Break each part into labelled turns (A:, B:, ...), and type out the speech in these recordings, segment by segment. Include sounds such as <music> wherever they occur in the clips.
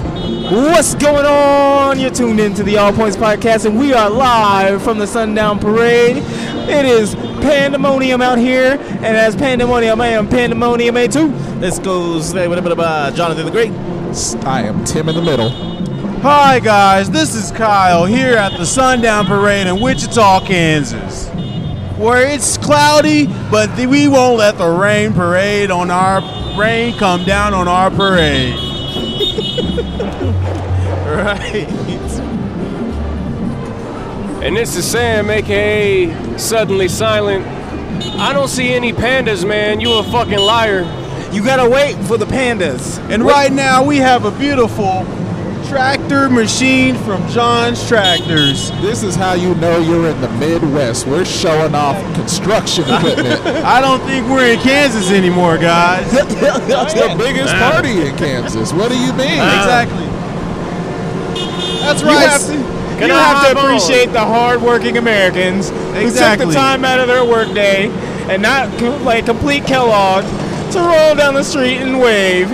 A: What's going on? You're tuned in to the All Points Podcast, and we are live from the Sundown Parade. It is pandemonium out here, and as pandemonium, I am pandemonium A2.
B: This goes hey, what about, uh, Jonathan the Great.
C: I am Tim in the middle.
D: Hi guys, this is Kyle here at the Sundown Parade in Wichita, Kansas. Where it's cloudy, but th- we won't let the rain parade on our rain come down on our parade.
B: <laughs> Right.
E: And this is Sam, aka Suddenly Silent. I don't see any pandas, man. You a fucking liar.
A: You gotta wait for the pandas.
D: And right now we have a beautiful tractor machine from John's Tractors.
C: This is how you know you're in the Midwest. We're showing off construction equipment.
D: I don't think we're in Kansas anymore, guys.
C: That's the biggest party in Kansas. What do you mean?
A: Uh,
D: Exactly. That's
A: You
D: right.
A: have
D: s-
A: to,
E: Can
A: you
E: I
A: have to
E: hop on?
A: appreciate the hardworking Americans who took the
D: Exactly.
A: time out of their workday and not co- like complete Kellogg to roll down the street and wave.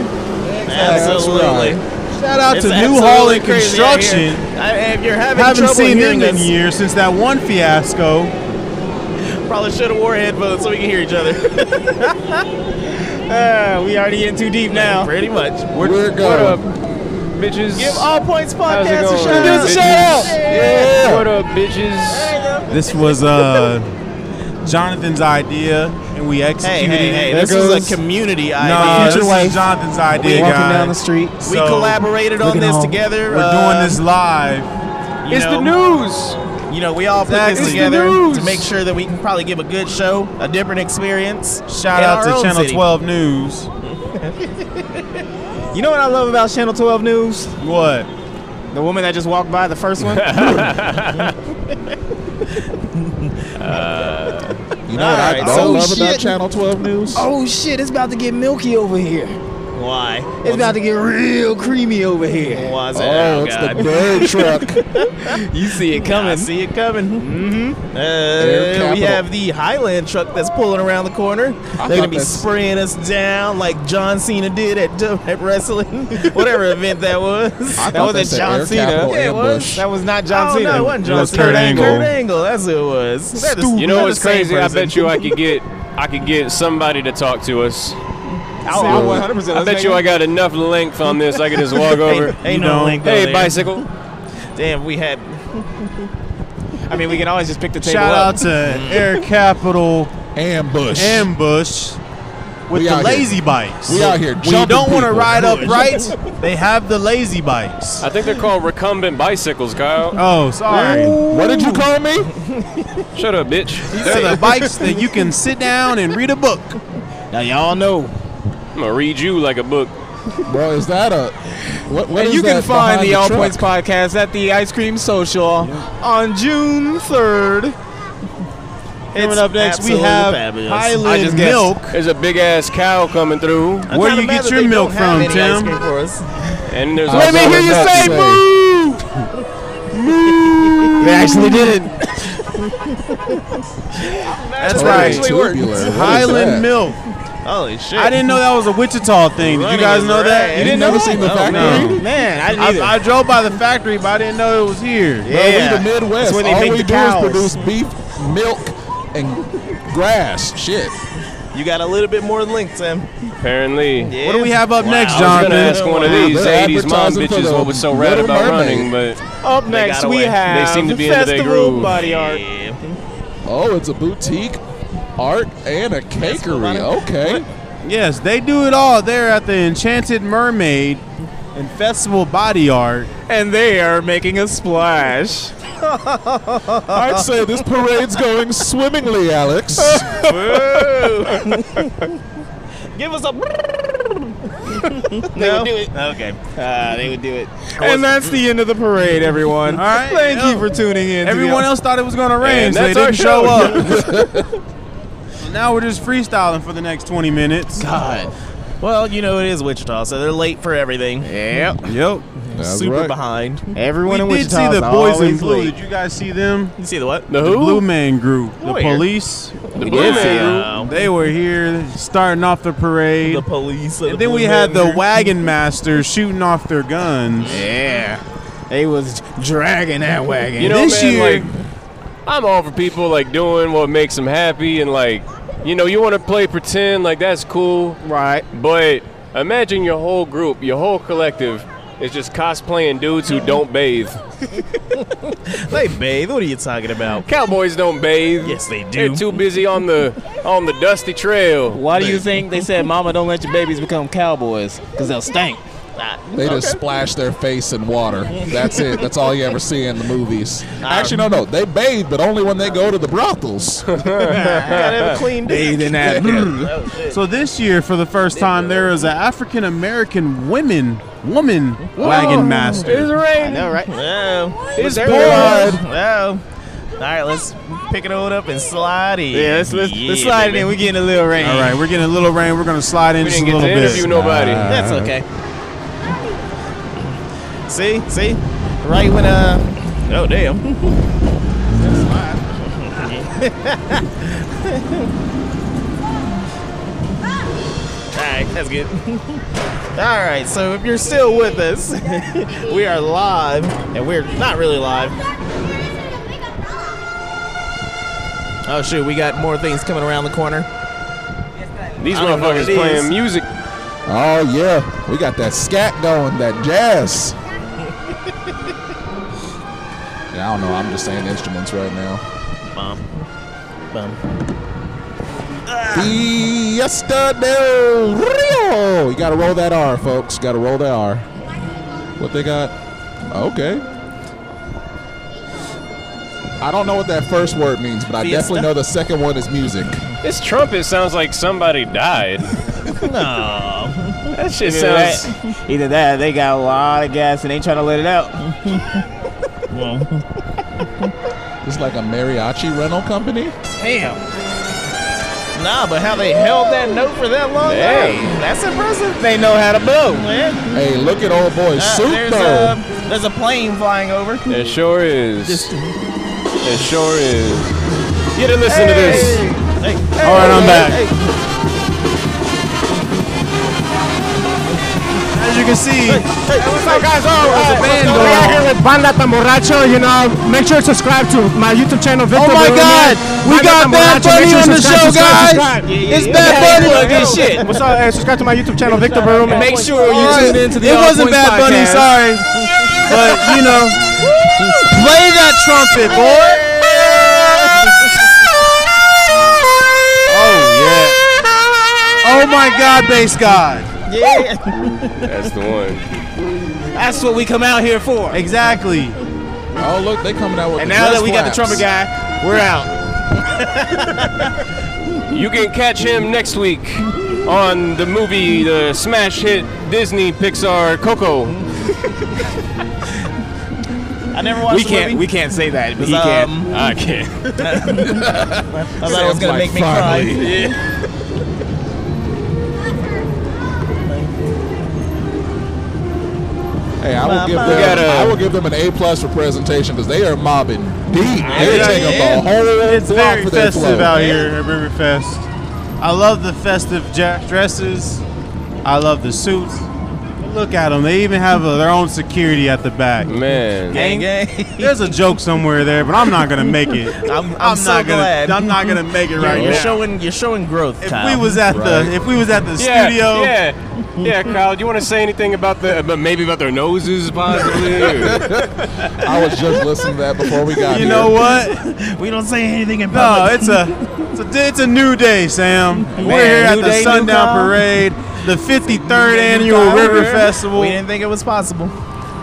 B: Absolutely.
D: Shout out
B: It's
D: to New
B: absolutely
D: Holland
B: crazy out here.
D: Construction.
B: I, if you're having
D: Haven't
B: trouble
D: seen
B: hearing
D: them in
B: this,
D: years since that one fiasco.
B: probably should have wore headphones so we can hear each other.
A: Ah, we already in too deep now.
B: Pretty much.
C: We're,
E: What up,
C: going.
E: bitches?
A: Give All Points
E: How's it
A: Podcast a
E: going?
A: shout out.
E: bitches?
C: Yeah.
E: What up, bitches?
D: This was uh, Jonathan's idea, and we
B: Hey,
D: executed
B: hey,
D: it.
B: hey!
A: There
B: This is
A: goes-
B: a community idea.
D: Nah, this
A: Future wife.
D: is Jonathan's idea,
A: Walking
D: guys.
A: down the street.
B: we
D: so,
B: collaborated
A: look
B: on
A: at
B: this
A: all-
B: together.
D: We're
B: uh,
D: doing this live.
B: you
E: it's
B: know,
E: the news.
B: You know, we all put
D: Exactly.
B: this
D: It's the
B: together
E: news.
B: to make sure that we can probably give a good show, a different experience.
D: Shout
B: in
D: out
B: our
D: to
B: own
D: Channel
B: city.
D: 12 News.
A: You know what I love about Channel 12 News?
D: What?
A: The woman that just walked by, the first
B: <laughs>
A: one.
C: You know what I
B: Alright,
C: don't
B: so
C: love about
A: shit.
C: Channel 12 News?
A: oh shit, it's about to get milky over here.
B: Why?
A: It's about to get real creamy over here.
B: Why is it?
C: Oh, it's
B: God.
C: the bird truck.
A: You see it
B: I
A: coming.
B: see it coming. Mm-hmm.
C: Air
B: Uh, we
C: capital.
B: have the Highland truck that's pulling around the corner. They're gonna
C: thought
B: be
C: that's-
B: spraying us down like John Cena did at, W- at wrestling, <laughs> whatever event that was.
C: I
B: that
C: thought
B: was
C: they
B: at
C: said
B: John
C: Air
B: Cena.
C: Capital
B: Yeah, it was.
C: Ambush.
A: That was not
B: John
A: John
B: Cena.
A: Cena.
B: it wasn't
D: That
B: John
D: was
B: Cena.
D: Kurt
B: That was
D: Angle.
B: Kurt Angle. That's who it was. They're the-
E: You
B: they're
E: know
B: the
E: what's
B: same
E: crazy? I
B: person.
E: bet you I could get I could get somebody to talk to
B: <laughs>
E: us.
A: Oh, I 100%. let's
E: I bet
A: make
E: you
A: it.
E: I got enough length on this. I could just walk over.
B: <laughs> Ain't, ain't
D: You
B: no
D: know.
B: link.
E: Hey,
B: there.
E: bicycle.
B: Damn, we had.
A: I mean, we can always just pick the table
D: Shout
A: up.
D: out to
B: Mm-hmm.
D: Air Capital
C: Ambush.
D: Ambush with
C: We
D: the
C: out here.
D: lazy bikes.
C: We out here
D: When you
C: jumping
D: don't want to
C: people. <laughs>
D: ride upright, they have the lazy bikes.
E: I think they're called recumbent bicycles, Kyle.
D: Oh, sorry.
C: what did you call me?
E: Shut up, bitch.
D: They're the bikes that you can sit down and read a book.
A: Now, y'all know.
E: I'm gonna read you like a book.
C: Bro, is that a. What, what
A: And
C: is
A: you can
C: that
A: find
C: behind
A: the All Points
C: truck?
A: Podcast at the Ice Cream Social on June 3rd.
D: Coming up next, we
B: absolutely
D: have
B: fabulous.
E: I
D: Highland
E: just guessed.
D: Milk.
E: There's a big ass cow coming through,
B: I'm
D: Where
B: kinda
D: you
B: mad
D: get
B: that
D: your
B: they
D: milk
B: don't have
D: from,
B: any ice
D: Tim?
B: cream for us.
E: and there's
C: Let
E: also
C: me hear you
E: a-
C: say
A: boo!
C: <laughs>
A: They actually did it.
B: That's
D: All right.
B: actually worked.
C: Tubular. What is that?
D: Highland Milk.
B: Holy shit!
D: I didn't know that was a Wichita thing. Did you
B: Running
D: guys
B: is
D: know that?
B: right.
C: You
B: You
C: didn't never seen the
D: Oh,
C: factory?
D: no.
A: Man, I didn't
D: I,
A: either.
D: I drove by the factory, but I didn't know it was here.
C: Bro, we
B: Yeah.
C: the Midwest.
A: That's where they
C: All
A: make
C: we
A: the
C: do
A: cows.
C: is produce beef, milk, and grass. Shit.
B: You got a little bit more than Link, Tim.
E: Apparently.
B: Yeah.
D: What do we have up next,
E: I was gonna ask
D: Jonathan?
E: one of these
C: They're
E: 80s mom
C: advertising for
E: bitches
C: the
E: what was so rad
C: Little
E: about running,
C: Mermaid.
E: but
A: Up next,
B: got
A: we
B: away. They
A: have
E: seem to be into their
A: Festival
E: groove.
A: Body Art.
C: Oh, it's a boutique art and a cakery. Okay.
D: Yes, they do it all there at the Enchanted Mermaid and Festival Body Art.
A: And they are making a splash.
C: I'd say this parade's going swimmingly,
B: <laughs>
C: Alex.
B: Give us a. they would do it. Okay. Uh, they would do it.
A: And that's the end of the parade, everyone.
D: All right.
A: Thank you
D: Yeah.
A: for tuning in. to the-
D: Everyone else thought it was going to rain,
E: And
D: so they
E: that's our
D: didn't show
E: show. <laughs>
D: up. So now we're just freestyling for the next 20 minutes.
B: God. Well, you know it is Wichita, so they're late for everything.
A: Yep.
D: Yep.
C: That's
B: Super
C: right.
B: behind.
A: Everyone in
D: we did
A: Wichita
D: see
A: is
D: the boys in
A: always
D: blue.
A: late.
D: Did you guys see them?
B: You see the what?
E: The
D: The
E: who?
D: Blue Man Group, the
B: Where?
D: police.
E: The Blue Man
B: Yeah.
D: They were here starting off the parade.
B: The police.
D: and then we had the wagon masters shooting off their guns.
A: Yeah. They was dragging that wagon.
E: You know,
D: This
E: man,
D: year-
E: like I'm all for people like doing what makes them happy and like, you know, you want to play pretend like that's cool,
A: right.
E: but imagine your whole group, your whole collective is just cosplaying dudes who don't bathe.
B: They bathe. What are you talking about?
E: Cowboys don't bathe.
B: Yes, they
E: They're
B: do.
E: too busy on the on the dusty trail.
A: Why do you think they said, "Mama, don't let your babies become cowboys, cause they'll stink"?
C: They just splash their face in water. That's it. That's all you ever see in the
B: <laughs>
C: movies. Actually, no, no. They bathe, but only when they go to the
B: <laughs>
C: brothels.
B: gotta have a clean dick.
A: Bathing that.
D: So this year, for the first time, there is an African American women woman wagon master.
E: It's raining.
A: All right.
B: Oh,
E: It's
B: there
E: bored.
B: it is. Oh. All right, let's pick it on up and slide in.
A: Yeah, let's let's,
B: Yeah,
A: let's slide
B: baby.
A: it in. We're getting a little rain.
D: All right, we're getting a little rain. We're gonna slide in
E: We
D: just
E: didn't
D: a
E: get
D: little
E: to interview
D: bit.
E: nobody.
A: That's okay.
B: See, see, right when uh, oh damn, <laughs> Alright, that's good. <laughs> Alright, so if you're still with us, <laughs> we are live, and we're not really live. Oh shoot, we got more things coming around the corner.
E: These
B: I don't know
E: motherfuckers
B: what it is.
E: playing music.
C: oh yeah, we got that scat going, that jazz. Yeah, I don't know. I'm just saying instruments right now.
B: Bum. Bum.
C: Fiesta del Rio. You gotta roll that R, folks. Gotta roll that R. What they got? Okay. I don't know what that first word means, but I
B: Fiesta?
C: definitely know the second one is music.
E: This trumpet sounds like somebody died.
B: No.
E: That shit
A: Either
E: sounds.
A: that, either that, or they got a lot of gas and they trying to let it out.
C: It's like a mariachi rental company.
A: Damn.
B: Nah, but how they held that note for that long?
E: Hey.
B: Hey, that's impressive.
A: They know how to blow.
B: Yeah.
C: Hey, look at old boy
B: Uh,
C: Soup
B: there's,
C: though.
B: a, there's a plane flying over.
E: It sure is.
B: Just-
E: it sure is. You didn't listen to this.
B: Hey.
D: All right, I'm back. As you can see, Oh,
A: There's a band going on.
F: here with Banda Tamborracho, you know, make sure to subscribe to my YouTube channel, Victor
D: oh my
F: Verona.
D: God, we
F: Banda
D: got Bad
F: Tamborracho. Make
D: Bunny
F: sure to
D: on the
F: subscribe,
D: show,
F: subscribe,
D: guys.
F: subscribe.
D: It's Bad Bunny.
A: Plug your shit.
F: What's up? Uh, subscribe to my YouTube channel, Victor Verona.
A: Make sure
D: All
A: you
D: right,
A: tune into the
D: It
A: All
D: wasn't
A: Points
D: Bad Bunny,
A: Podcast.
D: sorry, but you know, play that trumpet, boy. Oh yeah. Oh my God, bass god.
B: Yeah.
E: That's the one.
A: That's what we come out here for.
D: Exactly.
C: Oh look, they coming out with.
A: And
C: the
A: now that
C: dress
A: we got the
C: flaps.
A: trumpet guy, we're out.
E: You can catch him next week on the movie, the smash hit Disney Pixar Coco.
B: I never watched
A: We
B: the
A: can't.
B: movie.
A: We can't say that. But he
B: um,
A: can.
E: I can't.
B: I thought it was
C: Sounds
B: gonna
C: like
B: make me
C: finally.
B: cry.
C: Hey, I will give them.
E: gotta-
C: I will give them an A plus for presentation because they are mobbing deep. They
D: Yeah,
C: take
B: yeah.
C: up the whole
D: It's
C: block
D: very
C: for their
D: festive
C: flow.
D: out here at Riverfest. I love the festive ja- dresses. I love the suits. Look at them. They even have uh their own security at the back.
E: Man.
B: Gang, gang.
D: There's a joke somewhere there, but I'm not gonna make it.
B: <laughs> I'm, I'm, so
D: not
B: glad.
D: gonna. I'm not gonna make it right
B: you're
D: now.
B: showing you're showing growth.
D: if
B: Kyle.
D: we was at
C: Right.
D: the if we was at the
E: Yeah,
D: studio,
E: Yeah. Yeah, Kyle, do you want to say anything about the, about maybe about their noses, possibly? Or-
C: I was just listening to that before we got
D: <laughs> you
C: here.
B: <laughs>
D: know what?
B: we don't say anything in
D: No,
B: public.
D: it's a it's a it's a new day, Sam. We're here at
B: new
D: the
B: day, new
D: Sundown
B: Kyle.
D: Parade, the 53rd annual
B: Kyle,
D: River
B: we-
D: Festival.
B: We didn't think it was possible,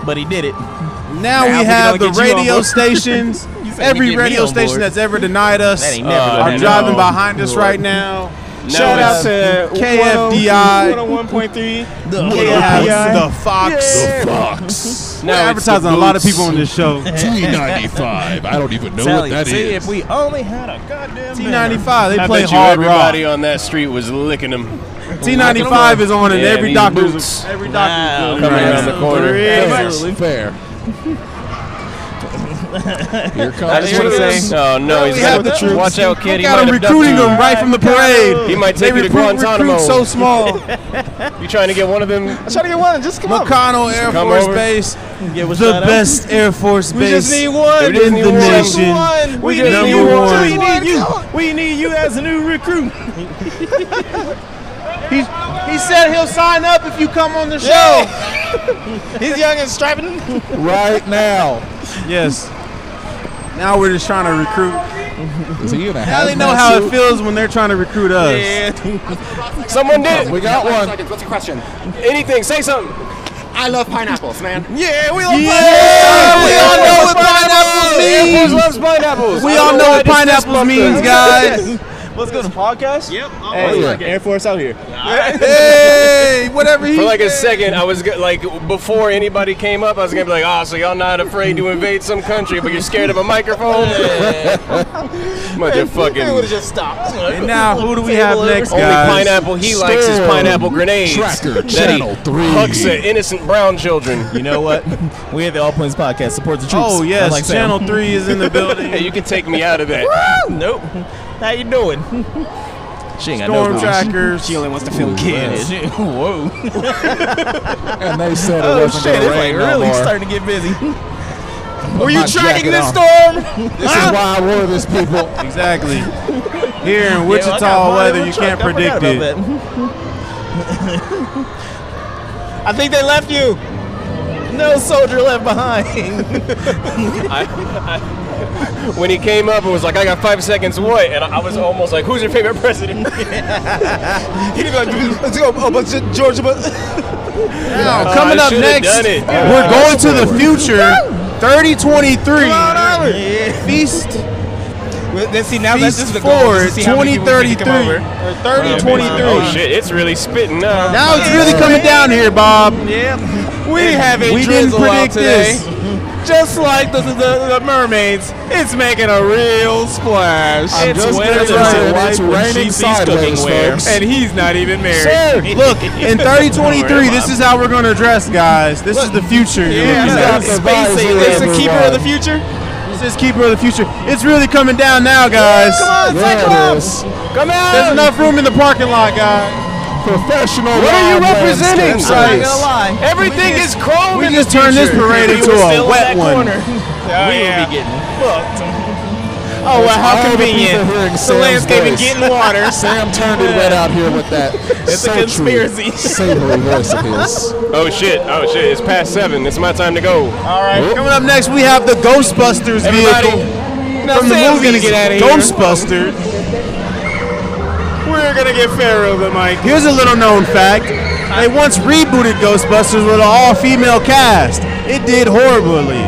B: but he did it.
D: Now,
B: Now
D: we
B: we
D: have the
B: gonna get you on
D: radio
B: board. <laughs>
D: stations.
B: You said we
D: every
B: get me
D: radio
B: on
D: station
B: board.
D: that's ever denied us uh,
B: That ain't never
D: are
B: gonna
D: driving
B: happen.
D: behind us right now.
A: Shout out to
D: KFDI.
A: 101.3.
D: Yeah.
A: KFDI.
D: The Fox.
A: Yeah.
C: Fox.
E: No,
D: We're advertising a lot of people on this
E: <laughs>
D: show.
C: T95. I don't even know what that
B: see,
C: is.
B: if we only had a goddamn man.
D: T95, they
E: I
D: play
E: bet you
D: hard rock.
E: everybody on that street was licking them.
D: T95 is on in
E: Yeah,
D: every
E: these
D: doctor's
E: boots.
D: every doctor's
B: Wow.
D: building
E: Coming
D: right
E: around
D: now.
E: the corner.
C: Fair. Fair. Here
B: I
C: comes
B: just want to say,
E: No, oh, no, he's
B: we
E: got
B: have the troops.
E: Watch out, kid. He
D: Got
E: might
D: them
E: abduct
D: recruiting
E: you.
D: them right from the
E: He
D: parade.
E: might
D: They
E: take you to
D: recruit,
E: Guantanamo.
D: recruit so small.
E: <laughs> you trying to get one of them?
D: <laughs>
A: I'm trying to get one. Just come on.
D: McConnell Air
E: Come
D: Force
E: over.
D: Base,
B: Yeah, what's
D: the
B: that up?
D: best Air Force
A: We just need
D: base
A: one.
E: We just
D: in
E: need
D: the
E: one.
D: nation.
A: one. We
D: just
A: just
D: need
A: need
D: one.
A: one.
D: We
A: need you.
B: We need you as a new recruit.
D: He, he said he'll sign up if you come on the show.
A: He's young and strapping.
C: right now.
D: Yes. Now we're just trying to recruit.
C: Is he in a
D: Now they know how it feels when they're trying to recruit us.
E: Someone did it.
C: We got one.
G: What's your question?
E: Anything. Say something.
G: I love pineapples, man.
A: Yeah, we love
D: Yeah, we all know what pineapples
E: Air Force
D: mean.
E: loves pineapples.
D: We all know what pineapples means, guys.
A: Let's go to podcast. Yep.
C: yeah.
A: Air Force out here.
D: Hey, whatever he
E: For like a
D: said.
E: second, I was go- like, before anybody came up, I was gonna be like, ah, so y'all not afraid to invade some country, but you're scared of a microphone? <laughs> Motherfucking.
B: just stopped.
D: And now who do we have next,
E: Only
D: guys?
E: pineapple he likes is pineapple grenades.
C: Tracker
E: that he
C: Channel 3.
E: Hucks at innocent brown children.
B: You know what? we at the All Points Podcast support the troops.
D: Oh yes,
B: Unlike Sam.
D: Channel Three
A: <laughs>
D: is in the
E: <laughs> Hey,
D: building.
E: you can take me out of that.
B: Nope. How you doing? She ain't got
D: Storm
B: no boobs.
D: trackers.
A: He only wants to film kids.
B: Yeah, she- <laughs> Whoa.
C: And they said it
B: Oh
C: wasn't
B: shit, it's
C: gonna rain
B: like
C: no
B: really
C: more.
B: starting to get busy.
C: Were you tracking this
B: storm?
C: This is why I wore this, <laughs> people.
D: Exactly.
A: <laughs>
D: Here in
B: Yeah,
D: Wichita,
B: I got mine in
D: weather
B: the
D: you
B: truck.
D: can't
B: I forgot about
D: predict it.
B: that. <laughs> I think they left you. No soldier left behind.
E: When he came up and was like, I got five seconds, what? And I I was almost like, who's your favorite president?
B: <laughs>
A: He's like, let's go. Oh, but Georgia, but
D: Now, coming
E: I
D: up
E: should've
D: next,
E: done it.
D: we're going to the future. 3023.
B: yeah.
D: Feast
A: then see now that's just the goal.
D: forward
A: is to see how many people we can come
D: 2033.
A: over.
D: Or 3023.
E: Oh shit, it's really spitting now.
D: Now it's really coming down here, Bob.
A: We have a
D: We didn't
A: drizzle out today.
D: predict
A: <laughs>
D: this.
A: Just like the, the, the mermaids, it's making a real splash.
C: I'm
A: It's
C: just
A: winter
C: gonna say
A: time.
C: it's
A: When
C: raining
A: she sees
C: sideways,
A: cooking ware.
C: folks.
A: And he's not even married.
D: Look, in 3023, this is how we're going to dress, guys. This is the future you're
A: Yeah,
D: looking at.
A: that's
C: Look at
A: space
C: that. Survival
A: alien. It's the
C: everyone.
A: keeper of the future.
D: This is Keeper of the Future. It's really coming down now, guys.
C: There it is.
A: Come out.
D: There's enough room in the parking lot, guys.
C: Professional.
E: What are you
C: live bands,
E: representing?
C: that's
D: I'm
C: right.
B: lie.
E: Everything is chrome
D: We
E: in
D: just
E: the
D: turned this
E: future.
D: parade into a wet
B: <laughs>
D: one.
B: we will be getting <laughs>
A: Oh, well,
C: All
A: how
C: the people
A: convenient.
C: hearing
A: The
C: Sam's
A: landscaping
C: voice.
A: getting water.
B: <laughs>
C: Sam turned it red out here with that it's
A: a conspiracy.
C: savory voice of his.
E: Oh shit, oh shit, it's past seven. It's my time to go.
D: Coming up next, we have the Ghostbusters
E: Everybody,
D: vehicle
A: Now
D: from the
A: Sam's gonna
D: movies
A: get out of here.
D: Ghostbusters.
A: We're gonna get Pharaoh the mic.
D: Here's a little known fact. They once rebooted Ghostbusters with an all-female cast. It did horribly.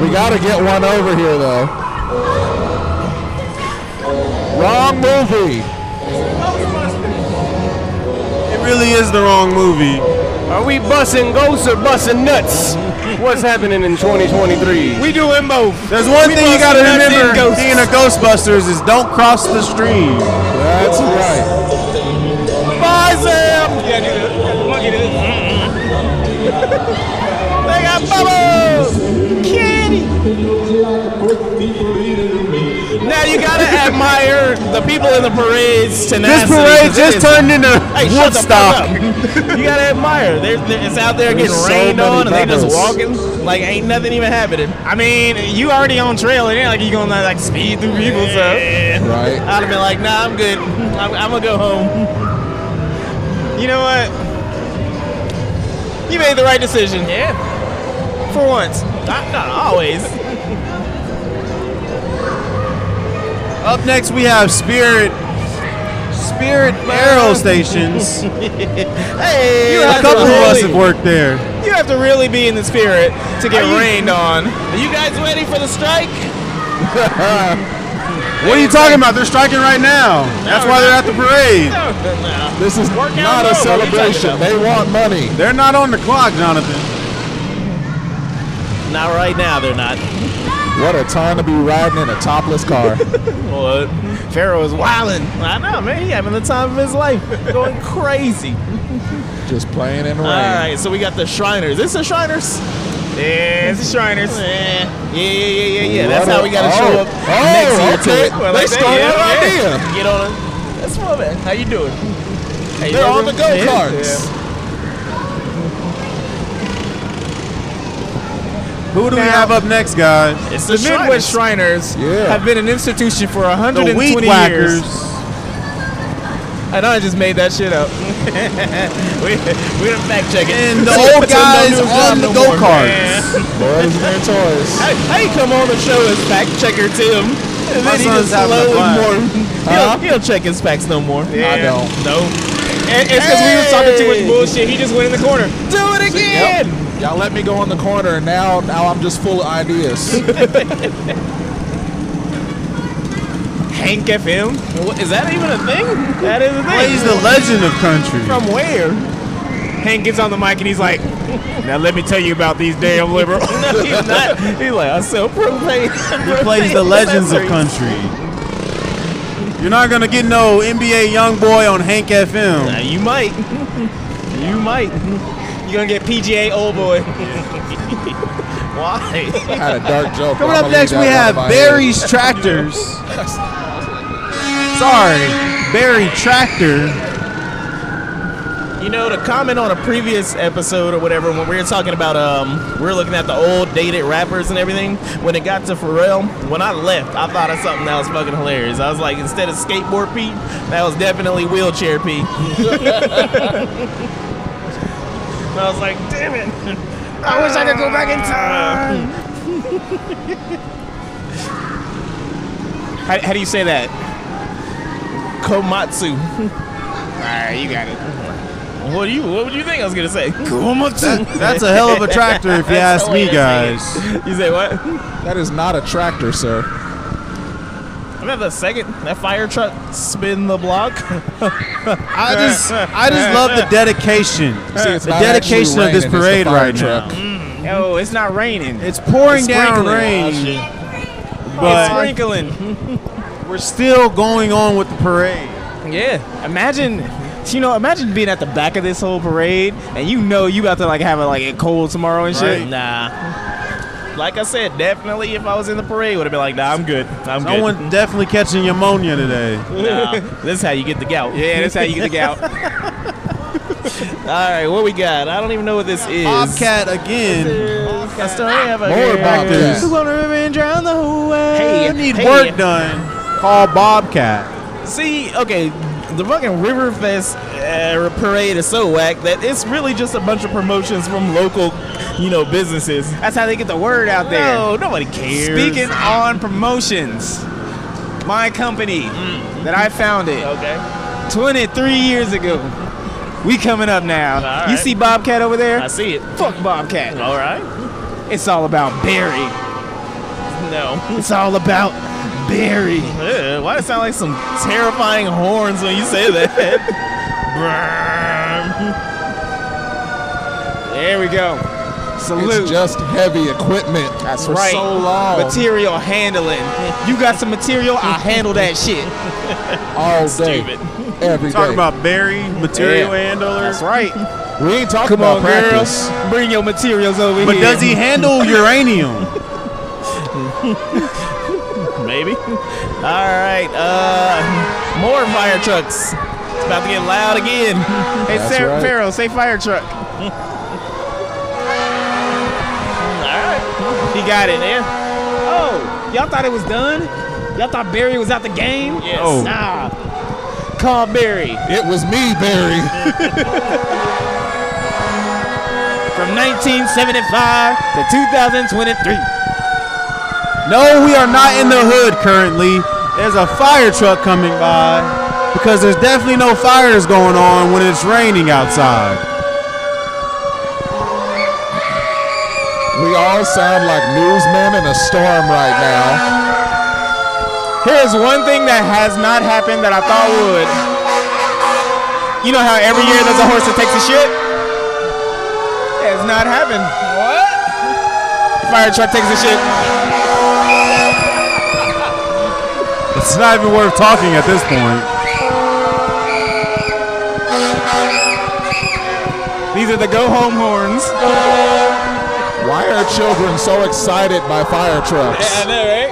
C: We got to get one over here, though. Wrong movie.
D: It really is the wrong movie.
E: are we busting ghosts or busting nuts? What's happening in 2023?
A: We doing both.
D: There's one
A: We
D: thing you
A: must
D: gotta
A: not be
D: remember
A: ghosts.
D: being a Ghostbusters is don't cross the stream.
C: That's right.
A: Bye, Sam. Yeah, do this. Monkey do this. they got bubbles. Kitty. Now you gotta admire the people in the parades
D: This
A: tenacity.
D: parade just turned into
A: Hey, shut the fuck
D: Woodstock.
A: up. You gotta admire. They're, they're- it's out there getting
C: There's so
A: rained
C: many
A: on, and they just
C: bubbles.
A: walking like ain't nothing even happening. I mean, you already on trail. It ain't like you gonna like speed through people. So
C: Right.
A: I'd have been like, nah, I'm good. <laughs> I'm, I'm gonna go home. You know what? You made the right decision. Yeah. For once. Not, not always.
D: Up next, we have Spirit. Spirit Aero Stations.
A: Hey, you
D: A
A: have,
D: couple
A: to
D: of us have
A: really,
D: worked there.
A: you have to really be in the spirit to get
D: Are you-
A: rained on. Are you guys ready for the strike?
D: What are you talking about? They're striking right now. That's why they're at the parade.
C: This is
B: Workout
C: not a
B: mode, what are you talking
C: celebration.
B: about?
C: They want money.
D: They're not on the clock, Jonathan.
B: Not right now, they're not.
C: What a time to be riding in a topless
B: <laughs>
C: car.
B: What? Pharaoh is wilding. I know, man. He having the time of his life, going crazy.
C: Just playing in the rain.
B: All right, so we got the Shriners. Is this the Shriners? Yeah, it's the Shriners. Yeah, yeah, yeah, yeah, yeah. That's
C: What
B: how
C: a-
B: we got to show
C: oh.
B: up
C: Oh,
B: next year
C: okay.
B: to it.
C: They started
B: yeah,
C: an
B: yeah.
C: idea.
B: Get on it. That's what, man. How you doing? How you
C: They're on
B: doing?
C: the go karts.
B: Yeah.
D: Who do we have up next, guys?
B: It's the, Midwest Shriners.
C: Yeah.
A: Have been an institution for
D: The
A: 120
D: Wheat
A: years.
D: Whackers.
A: And I just made that shit up.
B: <laughs> We, we done fact check it.
D: And
B: <laughs>
D: the old guys
A: news
D: on
A: job no
D: the go
A: more.
D: karts.
C: Boys and their toys.
B: Hey, hey, come on the show as fact checker Tim. And then
D: My
B: he just
D: son's having a
B: slowly
D: blast.
B: more. He'll, he'll check his facts no more.
C: I don't.
B: No.
F: And it's because we was talking too much bullshit. He just went in the corner.
B: Do it again.
C: Yep. Y'all let me go in the corner, and now now I'm just full of
D: <laughs>
C: ideas.
B: Hank FM. What, is that even a thing? That is a thing.
D: He's the legend of country.
B: From where?
F: Hank gets on the mic and he's like, "Now let me tell you about these damn liberals."
B: <laughs> No, he's not. He's like, I sell <laughs> propane.
D: He plays the legends of country. You're not gonna get no NBA young boy on Hank
B: Now,
D: FM.
B: you might. You might.
F: You're gonna get PGA old boy.
C: I
B: <laughs> Why?
C: had a dark joke.
D: Coming
C: I'm
D: up
C: gonna
D: next,
C: leave
D: we
C: that one in
D: have
C: my head.
D: Barry's Tractors. Sorry, Barry Tractor.
B: You know, to comment on a previous episode or whatever, when we were talking about, um, we were looking at the old dated rappers and everything. When it got to Pharrell, when I left, I thought of something that was fucking hilarious. I was like, instead of skateboard Pete, that was definitely wheelchair Pete. I was like, damn it. I wish I could go back in time. how, how do you say that? Komatsu.
G: Alright, you got it.
B: What do you? What would you think I was gonna say?
D: That's a hell of a tractor, if you
B: That's
D: ask me,
B: the way I
D: guys.
B: say it. You say what? I
C: That is not a tractor, sir.
B: remember the second that fire truck spin the block.
D: I just, I just love the dedication,
C: See, it's
D: the
C: not actually
D: dedication of
C: raining,
D: this
C: it's the
D: parade
C: fire
D: right
C: truck.
D: now.
A: Oh, it's not raining.
D: It's pouring down
A: sprinkling. Oh,
D: rain,
A: It's
D: but
A: sprinkling.
D: we're still going on with the parade.
A: Yeah. Imagine, you know, imagine being at the back of this whole parade and you know you about to like have a, like a cold tomorrow and shit.
D: Right.
B: Nah. Like I said, definitely if I was in the parade, would have been like, Nah, I'm good. I'm
D: Someone definitely catching pneumonia today.
B: good. Nah, this is how you get the gout.
F: Yeah, that's how you get the gout.
B: <laughs> All right, what we got? I don't even know what this is.
D: Bobcat again.
B: I still have a
C: More Bobcats.
A: Who's gonna river and drown the whole world?
B: Hey,
D: I need
B: hey.
D: work done. Call Bobcat.
B: See, okay, the fucking Riverfest uh, parade is so whack that it's really just a bunch of promotions from local, you know, businesses.
A: That's how they get the word out there.
B: No, nobody cares.
A: Speaking on promotions, my company that I founded
B: Okay.
A: 23 years ago. We coming up now.
B: All
A: You
B: right.
A: see Bobcat over there?
B: I see it.
A: Fuck Bobcat.
B: All right.
A: It's all about Barry.
B: No. <laughs>
A: It's all about Barry.
B: Ew, why does it sound like some terrifying horns when you say
A: <laughs>
B: that?
A: There we go. Salute.
C: It's just heavy equipment. That's for
A: right.
C: so long.
A: Material handling. You got some material, I handle that shit.
C: all day.
B: Stupid.
C: Every
D: Talking
C: day.
D: about Barry, material handler.
A: That's right. <laughs>
C: we ain't talking
A: Come
C: about
A: on,
C: practice.
A: girls. Bring your materials over
D: But
A: here.
D: does he handle uranium?
B: Maybe. All right. Uh, more fire trucks. It's about to get loud again.
A: Hey,
C: That's
A: Sarah
C: right.
A: Farrell, say fire <laughs> truck.
B: All right.
A: He got it.
B: Yeah.
A: Oh, y'all thought it was done? Y'all thought Barry was out the game?
B: Yes.
D: Oh.
A: Nah. Call Barry.
C: It was me, Barry.
A: From 1975 to 2023.
D: No, we are not in the hood currently. There's a fire truck coming by because there's definitely no fires going on when it's raining outside.
C: We all sound like newsmen in a storm right now.
A: Here's one thing that has not happened that I thought would. You know how every year there's a horse that takes a shit? It has not happened. What? Fire truck takes a shit.
D: It's not even worth talking at this point.
A: These are the go home horns.
C: Why are children so excited by fire trucks?
A: know,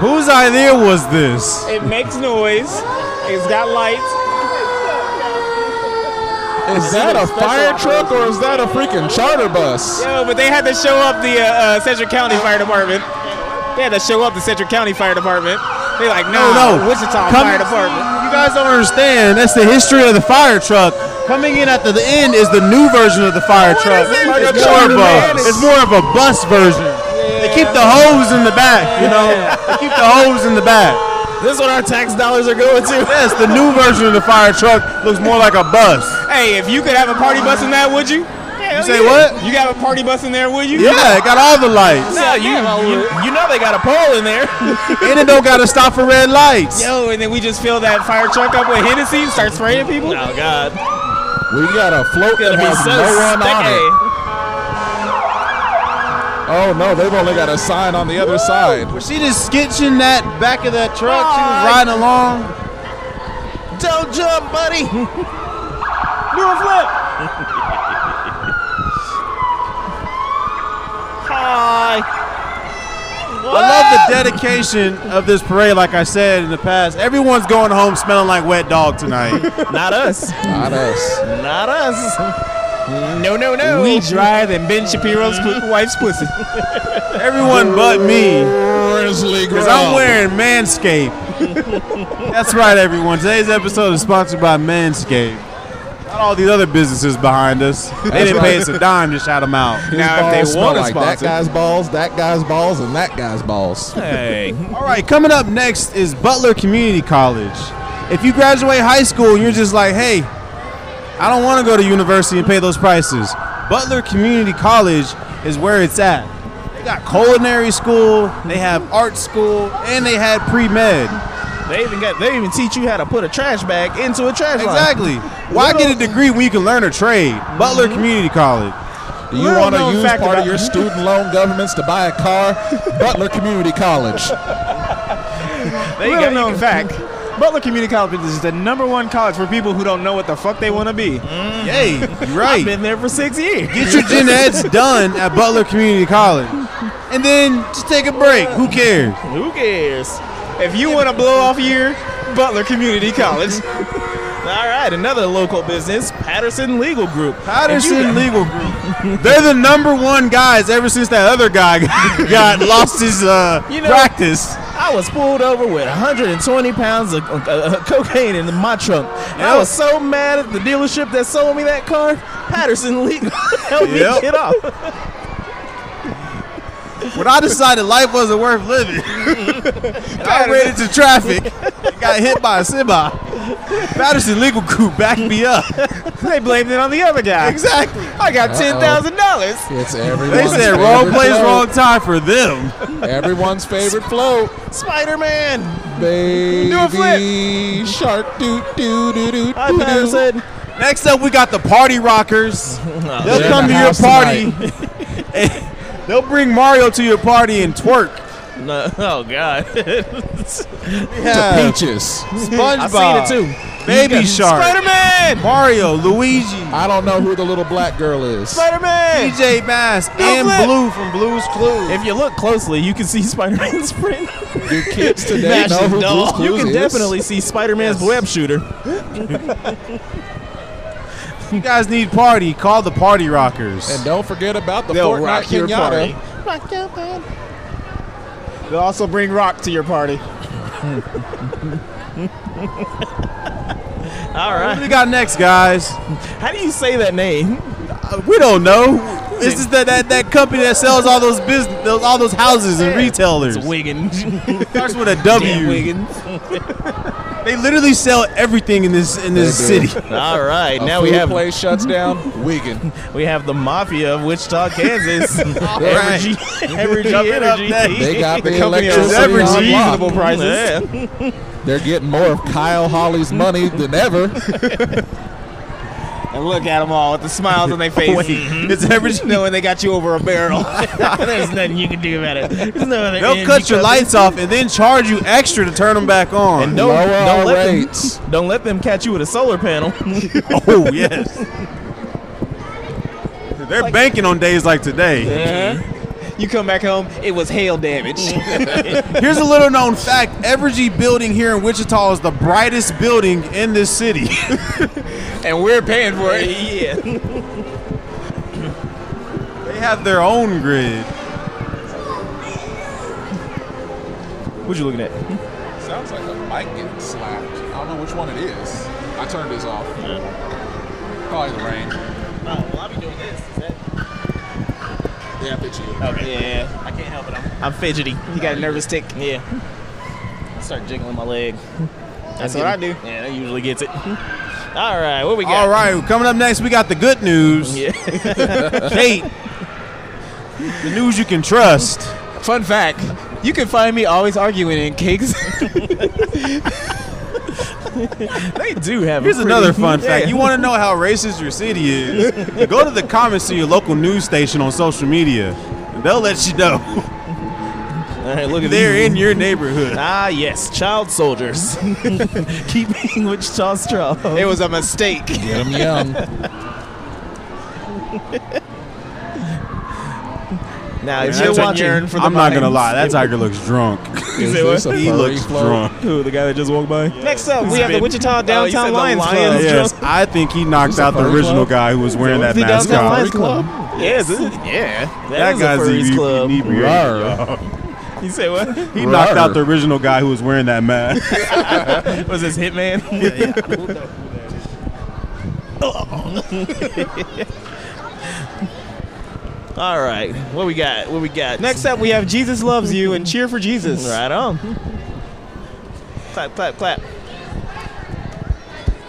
D: Whose idea was this?
A: right? It makes noise. It's got lights.
C: Is that a fire truck or is that a freaking charter bus?
A: No, Oh, but they had to show up the uh, uh, Central County Fire Department. They had to show up the Central County Fire Department. They like, no,
D: No,
B: Uh,
D: no.
A: Wichita
D: Come-
A: Fire Department.
D: You guys don't understand. That's the history of the fire truck. Coming in at the end is the new version of the fire truck.
A: is it? Like a
D: It's more, of
A: charter
D: a,
A: van.
D: it's more of a bus version. They keep the hose in the back, you know? They keep the hose in the back.
B: This is what our tax dollars are going to.
D: Yes, the new version of the fire truck looks more like a bus.
A: Hey, if you could have a party bus in that, would you? Hell
D: say
A: yeah.
D: what?
A: You got a party bus in there, would you?
D: Yeah, it got all the lights.
B: No, you, you, you know they got a pole in <laughs> there.
D: And it don't gotta stop for red lights.
A: Yo, and then we just fill that fire truck up with Hennessy and start spraying people.
B: Oh God,
C: We got a float that
B: gonna be
C: has
B: so
C: no one on it.
B: sticky.
C: Oh no, they've only got a sign on the other side.
D: Was she just skitching that back of that truck? She was riding along.
B: Don't jump,
D: <laughs>
B: buddy.
A: Do a flip. Hi.
D: I love the dedication of this parade. Like I said in the past, everyone's going home smelling like wet
B: <laughs>
D: dog tonight.
B: Not us.
C: Not us.
B: Not us. No, no, no.
A: We drier than Ben Shapiro's pu- wife's pussy.
D: Everyone but me,
C: Grizzly
D: because I'm wearing Manscaped. That's right, everyone. Today's episode is sponsored by Manscaped. Not all these other businesses behind us. They didn't pay us a dime to shout them out.
A: Now, if they want to
C: like that
A: sponsor,
C: guy's balls, that guy's balls, and that guy's balls.
B: Hey.
D: All right, coming up next is Butler Community College. If you graduate high school and you're just like, hey, I don't want to go to university and pay those prices, Butler Community College is where it's at. They got culinary school, they have art school, and they had pre med.
B: They even got. They even teach you how to put a trash bag into a trash line.
D: Exactly. Why get a degree when you can learn a trade? Butler Community College.
C: Do you
A: Little
C: want to
A: known
C: use
A: fact
C: part of
A: about-
C: your student loan governments to buy a car? Butler Community College.
B: They
A: little
B: got-
A: known fact, Butler Community College is the number one college for people who don't know what the fuck they want to be.
B: Mm.
D: Hey,
B: <laughs>
D: you're
B: I've
D: right.
B: been there for six years.
D: Get your gen eds done at Butler Community College. And then just take a break. Who cares?
B: Who cares?
A: If you want to blow off year, Butler Community College.
B: <laughs> All right, another local business, Patterson Legal Group. If you-
D: Patterson Legal Group. They're the number one guys ever since that other guy <laughs> got, got lost his uh,
B: You know-
D: practice.
B: I was pulled over with 120 pounds of uh, uh, cocaine in my trunk. And I was so mad at the dealership that sold me that car. Patterson <laughs> Legal helped
D: Yep.
B: me get off.
D: When I decided life wasn't worth living, <laughs> I ran into traffic, and got hit by a semi. Patterson Legal Group backed me up.
A: They blamed it on the other guy.
D: Exactly.
A: I got ten thousand dollars.
C: It's everyone's
D: They said
C: favorite
D: wrong place,
C: float.
D: wrong time for them.
C: Everyone's favorite float.
B: Spider Man.
C: Baby
A: a flip.
C: shark doo doo doo doo
B: Hi,
C: doo, doo.
B: Patterson.
D: Next up, we got the
C: <laughs>
D: party rockers. They'll
C: they're
D: come
C: in the
D: to your
C: house
D: party. <laughs> and They'll bring Mario to your party and twerk.
B: No, oh, <laughs> God.
D: Yeah.
C: Peaches.
D: SpongeBob.
B: I seen it too.
D: Baby Shark.
B: Man!
D: Mario, Luigi,
C: I don't know who the little black girl is.
B: Spider Man!
D: DJ Bass, and
B: flip.
D: Blue from Blue's Clues.
B: If you look closely, you can see Spider Man's print.
C: Do kids today know who Blue's Clues
B: you can
C: is?
B: definitely see Spider Man's
C: <laughs>
B: web shooter.
D: If you guys need party, call the Party Rockers.
C: And don't forget about the
A: They'll
C: Fortnite
A: rock your
C: Kenyatta.
A: party. They'll also bring rock to your party.
B: All
D: what do
B: right.
D: we got next, guys?
B: How do you say that name?
D: We don't know. This is that, that that company that sells all those business, those, all those houses and retailers.
B: It's Wiggins.
D: Starts with a W. <laughs> They literally sell everything in this in this
C: They do.
D: city.
C: <laughs>
B: All right,
C: A
B: now we
C: food
B: have
C: place shuts down. Wigan.
B: we have the mafia of Wichita, <laughs> Kansas.
D: <laughs>
B: Evergy, Evergy
F: Up it up
B: Energy.
F: next.
C: They got the,
F: company owns every
C: electricity on lock.
F: reasonable prices.
B: Yeah.
C: They're getting more of Kyle Holly's money than ever.
F: And look at them all with the smiles
B: <laughs>
F: on their face.
D: It's everything.
F: Knowing they got you over a barrel.
B: There's nothing you can do about it. There's no other
D: They'll
B: energy
D: cut your
B: company.
D: lights off and then charge you extra to turn them back on.
B: And don't,
C: Lower
B: don't
C: our
B: let
C: rates.
B: them don't let them catch you with a solar panel.
D: Oh yes. They're banking on days like today.
F: <laughs> you come back home, it was hail damage.
D: Here's a little known fact: Evergy building here in Wichita is the brightest building in this city.
F: <laughs> and we're paying for it.
B: yeah.
D: <laughs> they have their own grid.
B: <laughs> What you looking at?
C: Sounds like a mic getting slapped. I don't know which one it is. I turned this off. Probably the rain.
B: Oh, well, I'll be doing this. Is that
C: Yeah, I bet you.
B: Oh. okay? Yeah. I can't help it. I'm, I'm fidgety.
F: You got a nervous tick.
B: Yeah. I start jiggling my <laughs> leg.
F: That's what I do.
B: Yeah, that usually gets it. <laughs> All right, what we got?
D: All right, coming up next, we got the good news.
B: Yeah.
D: Kate,
B: <laughs>
D: the news you can trust.
F: Fun fact you can find me always arguing in cakes.
B: <laughs> They do have.
D: Here's
B: a pretty-
D: another fun fact.
B: Yeah.
D: You want to know how racist your
B: <laughs>
D: city is? Go to the comments to your local news station on social media, and they'll let you know
B: All right, look at
D: they're
B: these.
D: in your neighborhood.
B: Ah, yes, child soldiers. <laughs> Keeping Wichita strong.
F: it was a mistake.
C: Get them young.
B: Now, if
F: That's
B: you're
F: on
B: watching,
F: urine for the
D: I'm not gonna
F: Bidens.
D: lie, that tiger looks
B: <laughs>
D: drunk.
C: Is
B: say
C: this a
D: he
C: furry
D: looks
C: float?
D: drunk.
B: who the guy that just walked by?
F: Next up, we have the
B: been-
F: Wichita
B: Oh, you said
F: Downtown
B: the
F: Lions,
B: Lions.
F: Club.
D: Yes, I think he knocked out the
C: furry
D: original
C: club?
D: guy who was wearing that
B: The Downtown Lions
D: mascot.
B: Club. Yes, it- yeah.
D: That
B: is
D: guy's
B: a furries
D: inebriated,
B: club.
D: inebriated,
C: Rawr.
D: y'all.
B: You say what?
D: <laughs> He knocked
C: Rawr.
D: out the original guy who was wearing that mask.
B: <laughs> Was this <laughs> Hitman? All right, what we got? What we got?
F: Next up, we have Jesus Loves You and Cheer for Jesus.
B: right on. Clap, clap, clap.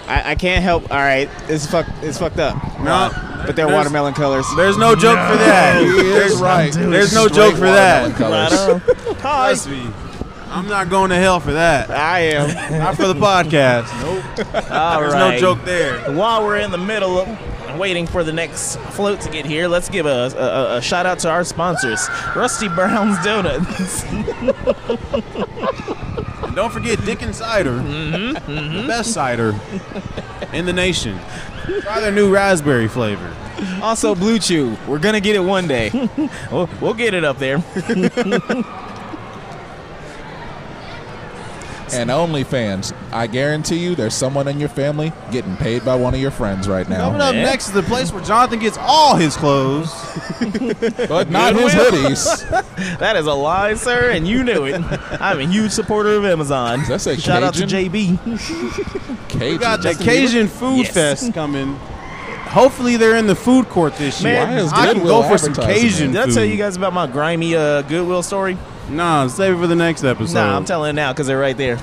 F: I, I can't help. All right, it's fuck, it's fucked up.
D: No,
F: But they're
D: There's-
F: watermelon colors.
D: there's no joke for that.
C: He is
D: There's,
C: right.
D: there's no joke for that.
B: Right
C: Colors.
B: on.
D: Trust me, I'm not going to hell for that.
F: I am.
D: Not for the podcast.
B: <laughs> All
D: There's
B: right.
D: no joke there.
B: While we're in the middle of waiting for the next float to get here, let's give a, a, a shout out to our sponsors, Rusty Brown's Donuts. <laughs>
D: And don't forget Dickens cider,
B: Mm-hmm,
D: the best cider in the nation. Try their new raspberry flavor.
F: Also, Blue Chew. We're gonna get it one
D: <laughs>
F: day.
B: we'll, we'll get it up there.
C: And OnlyFans, I guarantee you, there's someone in your family getting paid by one of your friends right
D: Coming
C: now,
D: up
B: Yeah.
D: next is the place where Jonathan gets all his clothes.
C: but not his
D: <laughs>
C: hoodies.
B: That is a lie, sir, and you knew it. I'm a huge supporter of Amazon.
C: Does that say
B: Shout out to
C: Cajun?
B: JB.
C: Cajun.
D: We got the Cajun Food
B: Yes.
D: Fest coming. Hopefully they're in the food court this year.
C: Why is
D: I can
C: Goodwill
D: go for some
C: advertising
D: Cajun
B: Did I
D: food.
B: tell you guys about my grimy uh, Goodwill story?
D: Nah, save it for the next episode.
B: nah, I'm telling it now because they're right there.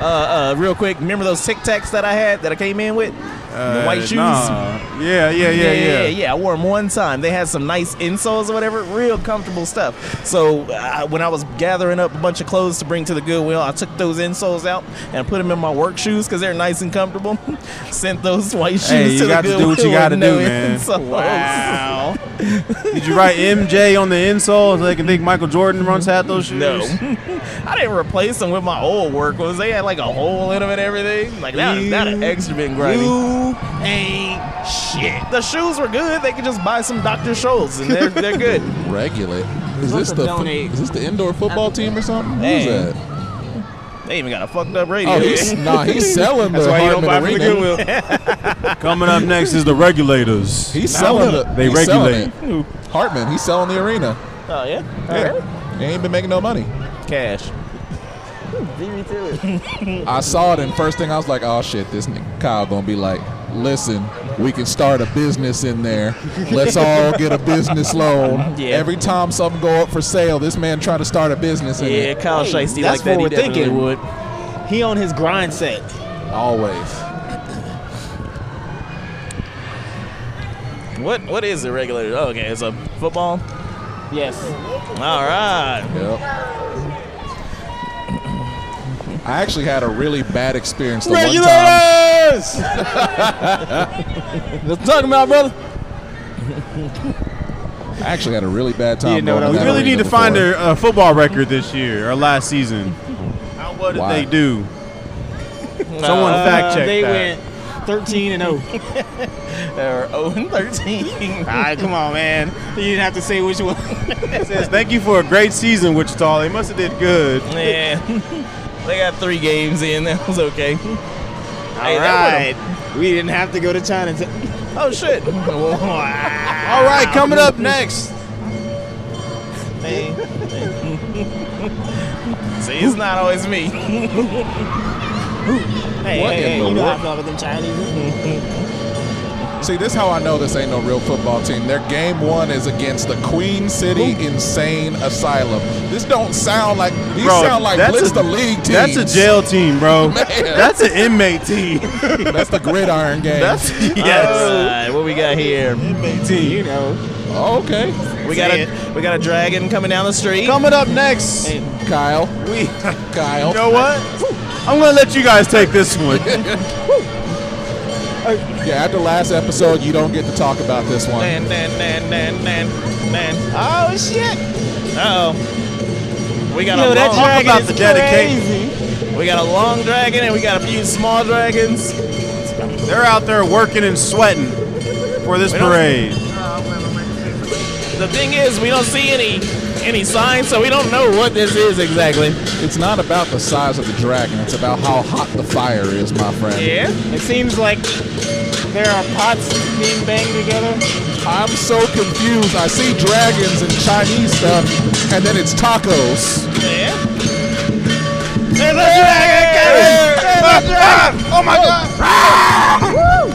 B: Uh, uh, real quick, remember those Tic Tacs that I had that I came in with? the white
D: Uh,
B: shoes?
D: nah. Yeah, yeah, yeah, yeah.
B: yeah, yeah. I wore them one time. They had some nice insoles or whatever, real comfortable stuff. So uh, when I was gathering up a bunch of clothes to bring to the Goodwill, I took those insoles out and put them in my work shoes because they're nice and comfortable. <laughs> Sent those white shoes
D: Hey, you
B: to
D: got to
B: the
D: do
B: Goodwill.
D: what you gotta
B: with no
D: do, man.
B: insoles.
F: Wow.
D: Did you write MJ on the insole so they can think Michael Jordan runs had those shoes?
B: No, <laughs> I didn't replace them with my old work ones. They had like a hole in them and everything. Like that, that had extra been grimy.
F: You ain't shit.
B: the shoes were good. They could just buy some Dr. Scholl's and they're they're
D: <laughs>
B: good.
C: Regulate. Is this the fo-
F: donate.
C: is this the indoor football team or something?
B: Hey.
C: Who's that?
B: They even got a fucked up radio.
C: Oh,
D: <laughs>
C: he's nah. He's selling the Hartman Arena.
D: Coming up next is the regulators.
C: He's selling the.
D: They
C: he's selling
D: regulate.
B: Who?
C: it. Hartman. He's selling the arena.
B: <laughs> Oh yeah.
C: He ain't been making no money.
B: Cash.
C: I saw it and first thing I was like, oh shit, this nigga Kyle gonna be like, listen, we can start a business in there. Let's all get a business loan.
B: Yeah.
C: Every time something go up for sale, this man trying to start a business in
B: Yeah,
C: it.
B: Kyle
A: Hey,
B: Shiesty
A: that's
B: like that.
A: what
B: he
A: we're
B: definitely
A: thinking.
B: would.
A: He on his grind set.
C: Always.
B: What what is the regulator? Oh, okay, it's a football.
A: Yes.
B: All right.
C: Yep. I actually had a really bad experience the one time. <laughs>
A: Regulators! Let's talk about, brother.
C: I actually had a really bad time.
A: You know
C: going
A: what I was-
C: in
D: We
C: that
D: really need
C: arena
D: to find
C: before.
D: a, a football record this year or last season. How what did
C: Why? <laughs>
D: they do? Someone fact check
A: they
D: that.
A: went 13 and
D: oh.
G: <laughs>
A: 0.
B: They're <laughs> 0 and
D: <laughs>
B: 13.
G: All right, come on, man. You didn't have to say which one.
D: It says, "Thank you for a great season, Wichita. They must have did good."
B: <laughs> Yeah. they got three games in. That was okay.
G: All right, we didn't have to go to China.
B: Oh, shit.
D: All right, coming up next.
B: See, it's not always <laughs> me.
G: hey,
C: What
G: hey,
C: in
G: hey,
C: the
G: you know how I
C: world?
G: feel about them Chinese.
C: See, this how I know this ain't no real football team. Their game one is against the Queen City Insane Asylum. This don't sound like these
D: Bro,
C: sound like
D: that's
C: blitz
D: a-
C: the league team.
D: That's a jail team, bro.
C: Man.
D: That's an inmate team.
C: <laughs> That's the
D: <laughs>
C: gridiron game.
D: That's
B: All
C: <laughs>
D: yes.
C: uh,
B: right, what we got here?
D: inmate team.
G: You know,
C: oh, okay,
B: We got a we got a dragon coming down the street.
D: Coming up next,
C: Kyle.
D: we.
C: Kyle.
D: You know what? I'm gonna let you guys take this <laughs> one.
C: Yeah, after last episode, you don't get to talk about this one.
B: Nan, nan, nan, nan, nan, nan. Oh shit! Uh oh. We got a long,
D: Talk about the dedication.
B: we got a long dragon and we got a few small dragons.
D: They're out there working and sweating for this
B: don't-
D: parade.
B: The thing is, we don't see any any signs, so we don't know what this is exactly.
C: It's not about the size of the dragon. It's about how hot the fire is, my friend.
B: Yeah.
A: It seems like there are pots being banged together.
C: I'm so confused. I see dragons and Chinese stuff, and then it's tacos.
B: Yeah.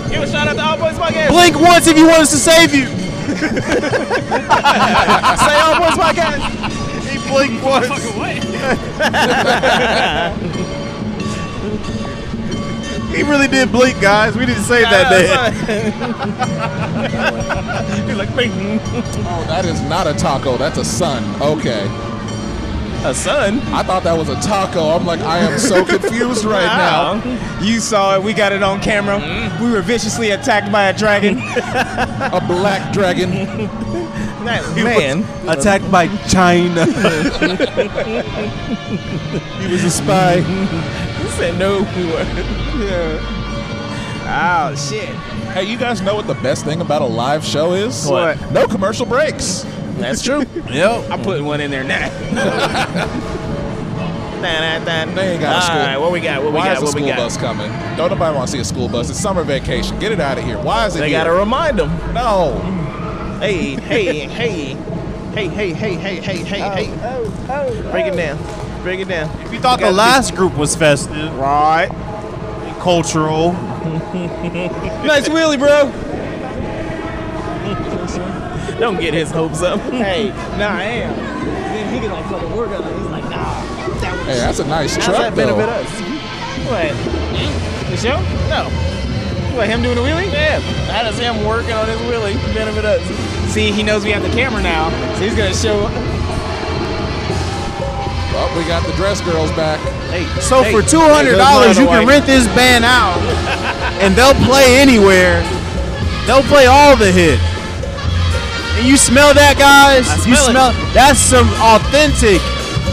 B: Give a shout out to All Boys Podcast.
D: Blink once if you want us to save
G: <laughs>
D: you. "Oh,
B: Say All Boys Podcast.
D: He <laughs> blinked once. He really did blink, guys. We didn't say that day.
B: You're like, "Bing."
C: Oh, that is not a taco. That's a sun. Okay.
B: a son.
C: I thought that was a taco. I'm like, I am so confused right now.
A: You saw it. We got it on camera.
D: Mm-hmm.
A: We were viciously attacked by a dragon.
C: <laughs> A black dragon.
B: Man,
D: Attacked by China.
C: He was a spy.
B: he said no.
G: oh shit.
C: Hey, you guys know what the best thing about a live show is?
B: What?
C: No commercial breaks.
B: That's true.
D: yep.
G: I'm putting one in there
B: <laughs>
G: now.
C: They ain't got a school.
B: All right, what we got? What we
C: Why
B: got?
C: is a
B: What we
C: school
B: got?
C: bus coming? Don't nobody want to see a school bus. It's summer vacation. Get it out of here. Why is it
B: They
C: here?
B: gotta remind them.
C: no.
B: Hey, hey, hey,
G: Hey, hey, hey, hey, hey, hey, hey.
B: break it down. Break it down.
D: If you thought the last group was festive,
G: Right.
D: cultural,
A: nice wheelie, bro.
B: <laughs> Don't get his hopes <laughs> up.
G: Hey,
A: Nah, I am. Then he could like fucking work on it. He's like, nah.
C: Hey, that's a nice
B: How's
C: truck,
B: that
C: though.
B: benefit us?
G: what? The show? No. What? Him doing the wheelie?
B: Yeah, that is him working on his willy. Benefit us.
G: See, he knows we have the camera now, so he's gonna show.
C: Well, we got the dress girls back.
D: So for two hundred dollars, you can rent this band out, and they'll play anywhere. They'll play all the hits. And you smell that, guys? you
B: smell it.
D: smell that's some authentic,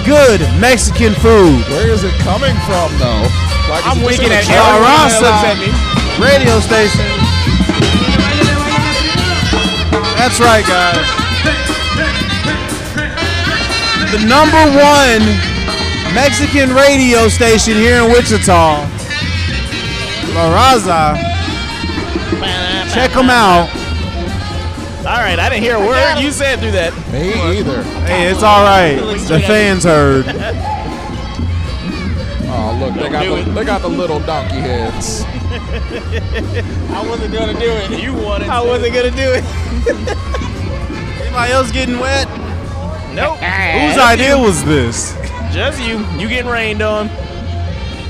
D: good Mexican food.
C: Where is it coming from, though? Like, I'm
G: winking at
D: El
G: Everyone that
D: Raza
G: looks at me.
D: radio station. That's right, guys. The number one Mexican radio station here in Wichita, La Raza. Check them out.
B: All right, I didn't hear a word you said through <laughs> that.
C: Me either.
D: Hey, it's all right. The fans heard.
C: Oh, look, they got
B: do
C: the, they got the little donkey heads. Oh,
G: I wasn't gonna do it.
B: You wanted
G: I wasn't gonna do it.
D: Anybody else getting wet?
B: Nope.
D: Whose idea was this?
B: Just you. You getting rained on.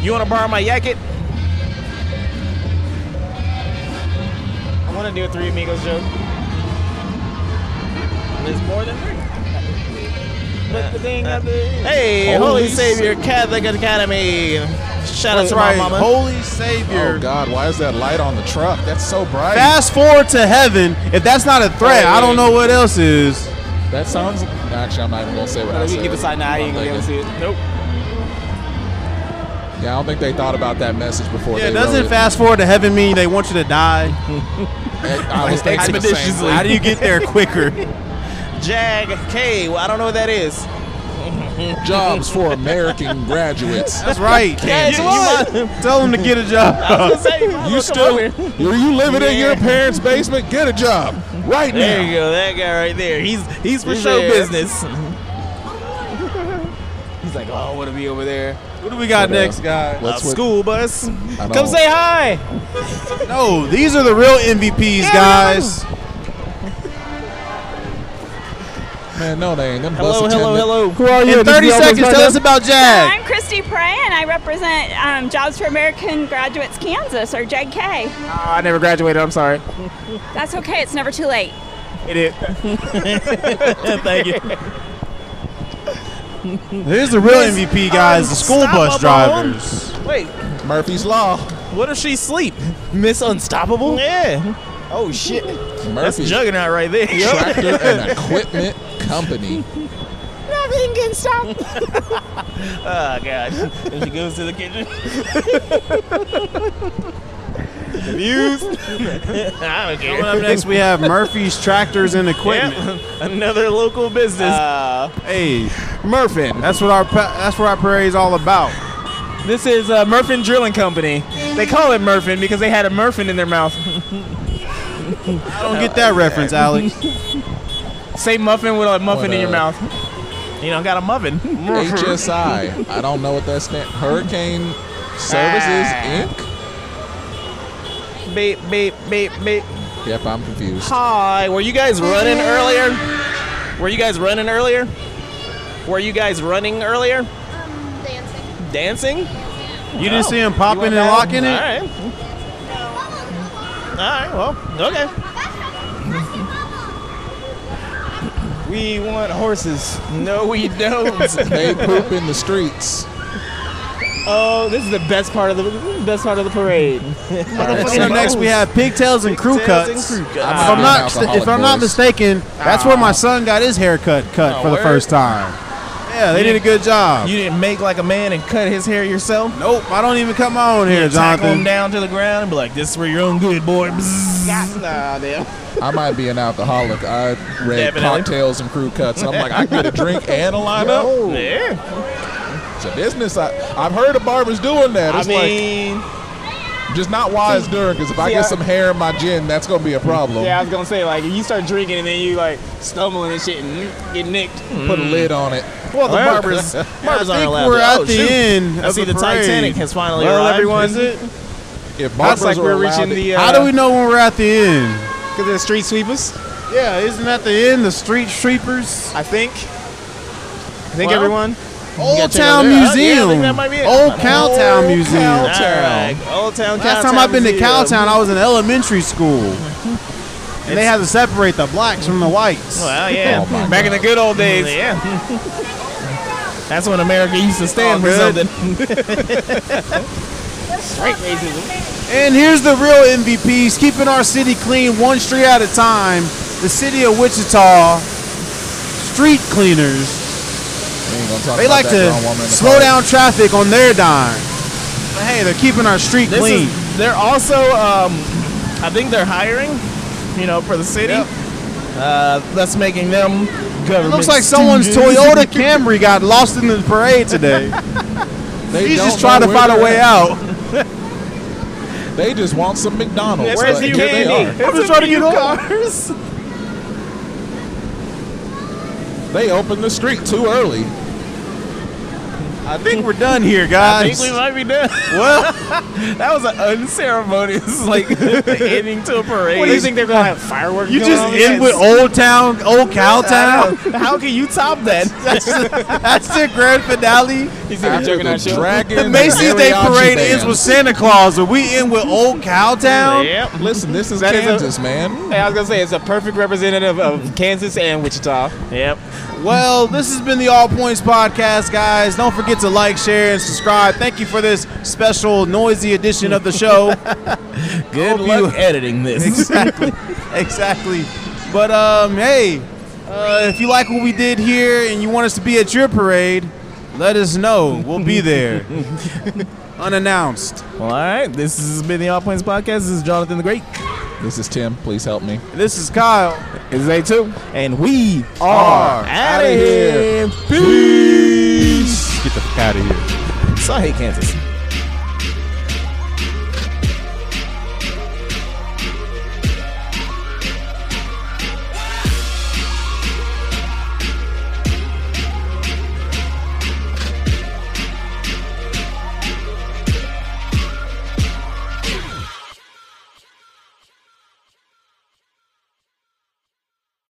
B: You want to borrow my jacket?
G: I want to do a Three Amigos joke.
B: It's more than three.
G: But the thing of the
B: Hey, Holy,
C: Holy
B: Savior Catholic Academy. Shout out to my mama.
D: Holy Savior.
C: Oh God, why is that light on the truck? That's so bright.
D: Fast forward to heaven. If that's not a threat, I don't know what else is.
C: That sounds. Actually, I'm not even gonna say what I
G: we
C: said.
G: can keep it side now. I ain't gonna be able to see it. Nope.
C: Yeah, I don't think they thought about that message before.
D: Yeah,
C: they
D: doesn't
C: wrote
D: fast forward to heaven mean they want you to die?
C: it. I was thinking the same
B: Expeditiously.
C: thing.
D: How do you get there quicker?
B: Jag K. Well, I don't know what that is.
C: Jobs for American graduates.
D: That's right.
B: Yes, you, what? You
D: Tell them to get a
B: might, I
D: job.
B: was gonna say, you, might
C: You
B: as well come
C: still?
B: over here.
C: Are you living in your parents' basement? Get a job right
B: There
C: now.
B: you go. That guy right there. He's he's for
G: He's
B: show
G: there. <laughs>
B: business.
G: He's like, oh, I want to be over there.
D: What do we got next, guys?
B: A
C: What's with-
B: school bus.
G: Oh.
C: I don't-
B: Come say hi.
D: No, these are the real MVPs, guys.
C: Man, no, they ain't. Them
B: Hello,
C: bus
B: hello,
C: attendant-
B: hello.
A: Who are you?
D: In
A: This is
D: 30
A: the Alphonse
D: seconds, tell us
A: Podcast.
D: about
H: <laughs>
D: Jag.
H: I'm Christy Prey, and I represent um, Jobs for American Graduates Kansas, or JK.
F: Ah, I never graduated. I'm sorry.
H: That's okay, it's never too late.
F: It is.
B: Thank you.
D: Here's the real MVP, guys. The school
B: Stop
D: bus
B: up on.
D: drivers.
B: Wait,
C: Murphy's Law.
B: what if she sleep? <laughs> Miss Unstoppable? Yeah.
G: Oh shit.
B: That's
C: Murphy's
B: juggernaut right there.
C: Tractor and Equipment
G: <laughs>
C: Company.
G: Nothing can stop.
B: Oh god. <laughs> And she goes to the
G: <laughs>
B: kitchen. Views. I don't care.
D: Coming up next, we have Murphy's Tractors and Equipment.
B: Yep. Another local business.
G: Uh.
D: Hey,
B: Murphin.
D: that's what our pa- that's what our parade's all about.
G: This is uh, Murfin Drilling Company. They call it Murfin because they had a Murfin in their mouth.
D: I don't get that reference, Alex.
G: Say muffin with a muffin
C: What,
G: in your
C: uh,
G: mouth.
B: You know, got a
G: <laughs>
B: muffin. <laughs>
C: HSI. I don't know what that stands. Hurricane Services
G: Ah.
C: Inc.
B: Beep, beep, beep, beep.
C: Yep, I'm confused.
B: Hi. Were you guys running earlier? Were you guys running earlier? Were you guys running earlier? Dancing?
D: <laughs> You didn't see him
B: You
D: popping
B: went
D: and
B: down?
D: locking
B: All
D: it.
B: right. All right. Well, okay.
G: We want horses.
B: No, we don't.
C: <laughs> They poop in the streets.
G: Oh, this is the best part of the best part of the parade.
C: All right,
D: So next we have pigtails and crew
B: Tails and
D: cuts.
B: crew
D: If
B: cuts.
D: I'm not
C: Alcoholic
D: if I'm not
C: boys.
D: mistaken, that's where my son got his haircut cut
B: Oh,
D: for the
B: word.
D: first time. Yeah, they did a good job.
B: You didn't make like a man and cut his hair yourself.
D: nope, I don't even cut my own hair,
B: Tackle him
D: Jonathan.
B: down to the ground and be like, "This is for your own good, boy." Bzzz.
G: Nah, damn.
C: I might be an alcoholic. I read
B: Definitely.
C: cocktails and crew cuts. I'm like, I can get a drink and a lineup.
B: Yeah.
C: It's a business. I, I've heard of barbers doing that.
B: I
C: It's
B: mean,
C: like just not wise during. Because if I
G: Yeah.
C: get some hair in my gin, that's gonna be a problem.
G: Yeah, I was gonna say like if you start drinking and then you like stumbling and shit and get nicked.
C: Put a lid on it.
B: well, the
D: Well,
B: <laughs> barbers, barbers
D: I
B: aren't
D: think
B: allowed.
D: we're
B: to-
D: at
B: oh,
D: the
B: shoot.
D: end
B: I
D: of
B: see the,
D: parade.
B: Titanic has finally
G: Well,
B: arrived.
G: everyone's it That's
C: If barbers
G: like
C: are
G: we're
C: allowed
G: reaching
C: to-
G: the. Uh,
D: How do we know when we're at the end?
G: Because they're street sweepers.
D: Yeah, isn't that the end? The street sweepers,
G: I think. I think
B: Well,
G: everyone.
D: Old
B: check out
D: Town
B: there. Huh? Uh, Yeah, I
D: Museum,
B: think that might be it.
D: Old Cowtown
C: Old
D: Museum.
C: Cow-
B: All right. Old Town.
D: Last
B: Cowtown
D: time I've been to
B: Museum.
D: Cowtown, I was in elementary school, and they had to separate the blacks from the whites.
B: Well, yeah.
C: Oh, my
B: Back in the good old days. Yeah. That's when America used to stand
D: All
B: for
D: good.
B: something.
D: And here's the real MVPs, keeping our city clean one street at a time. The city of Wichita street cleaners.
C: We ain't gonna talk
D: They
C: about
D: like
C: that
D: to
C: grown woman in the
D: slow
C: car.
D: down traffic on their dime. But hey, they're keeping our street
B: This
D: clean.
B: is. They're also. Um, I think they're hiring. You know, for the city.
D: Yep.
B: Uh, that's making them
D: it
B: government.
D: looks like someone's
B: students.
D: Toyota Camry got lost in the parade today.
C: They
D: He's
C: don't
D: just trying to
C: know where
D: find a
C: they're
D: way
C: at.
D: out.
C: They just want some McDonald's.
B: Where's
C: but
B: the
C: here they
B: candy?
C: are.
D: I'm just trying to get over.
B: Cars.
C: They opened the street too early.
D: I think we're done here, guys.
A: think we might be
B: <laughs>
A: done.
D: well,
A: That was an unceremonious <laughs> like ending to a parade.
B: What do you think they're gonna have fireworks?
D: you
B: going
D: just
B: on?
D: end with Old Town, Old Cow Town.
A: How can you top that?
D: <laughs> That's the grand finale.
B: He's gonna be
C: After
B: joking
C: the
B: on show.
C: dragon,
D: The <laughs> Macy's Day
C: mariachi
D: Parade
C: band.
D: ends with Santa Claus, and we end with Old Cow Town.
A: yep.
C: Listen, this is
B: That is a-
C: Kansas, man.
B: Hey, I was gonna say it's a perfect representative of Kansas and Wichita.
A: Yep.
D: Well, this has been the All Points Podcast, guys. Don't forget to like, share, and subscribe. Thank you for this special, noisy edition of the show.
A: <laughs> Good
D: Hope
A: luck
D: you-
A: editing this. <laughs>
D: exactly. Exactly. But um, hey, uh, if you like what we did here and you want us to be at your parade, let us know. We'll
A: <laughs>
D: be there. Unannounced.
A: Well, all right. This has been the All Points Podcast. This is Jonathan the Great.
C: This is Tim. Please help me.
D: This is Kyle.
A: It's day two. And we
D: R.
A: out of here.
D: Get the fuck out of here.
A: So I hate Kansas.